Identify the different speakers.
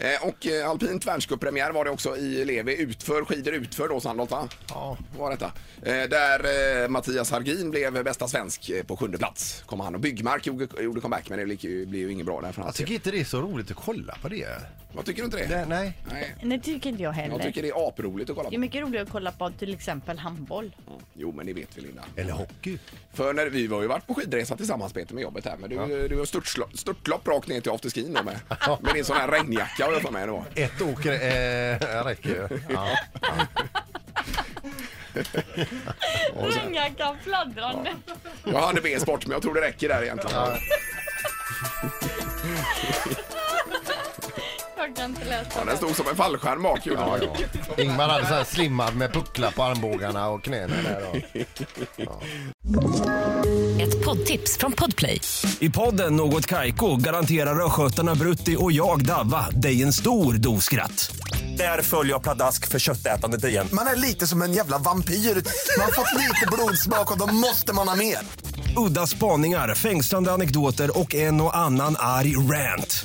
Speaker 1: Eh, Och eh, alpint världscuppremiär var det också i Levi, utför, skidor utför då Sandholt va?
Speaker 2: Ja.
Speaker 1: Var detta. Eh, Där eh, Mattias Hargin blev bästa svensk eh, på sjunde plats. Kom han och Byggmark gjorde, gjorde comeback men det gick ju- blev ju inget bra där för
Speaker 2: Jag
Speaker 1: hans
Speaker 2: tycker
Speaker 1: del.
Speaker 2: inte det är så roligt att kolla på det.
Speaker 1: Vad tycker du inte det?
Speaker 2: det nej.
Speaker 1: Nej.
Speaker 3: Det tycker inte jag heller.
Speaker 1: Jag tycker det är aproligt att kolla
Speaker 3: Det är
Speaker 1: på.
Speaker 3: mycket roligare att kolla på till exempel handboll.
Speaker 1: Jo men det vet vi Linda.
Speaker 2: Eller hockey.
Speaker 1: För när vi var ju varit på skidresa tillsammans Peter med jobbet här men du, du har störtlopp, störtlopp rakt ner till afterskin då med, med din sån här regnjacka har jag för mig det var.
Speaker 2: Ett åker eh, räcker ju. Ja.
Speaker 3: Regnjackan fladdrande.
Speaker 1: Jag hade B-sport men jag tror det räcker där egentligen.
Speaker 3: Jag kan inte läsa.
Speaker 1: Ja, den stod som en fallskärm bak gjorde den.
Speaker 2: Ingmar hade så här slimmad med pucklar på armbågarna och knäna där. Och.
Speaker 4: Ett poddtips från Podplay.
Speaker 5: I podden Något Kaiko garanterar östgötarna Brutti och jag, Davva, dig en stor dos skratt. Där följer jag pladask för köttätandet igen.
Speaker 6: Man är lite som en jävla vampyr. Man har fått lite blodsmak och då måste man ha mer.
Speaker 5: Udda spaningar, fängslande anekdoter och en och annan arg rant.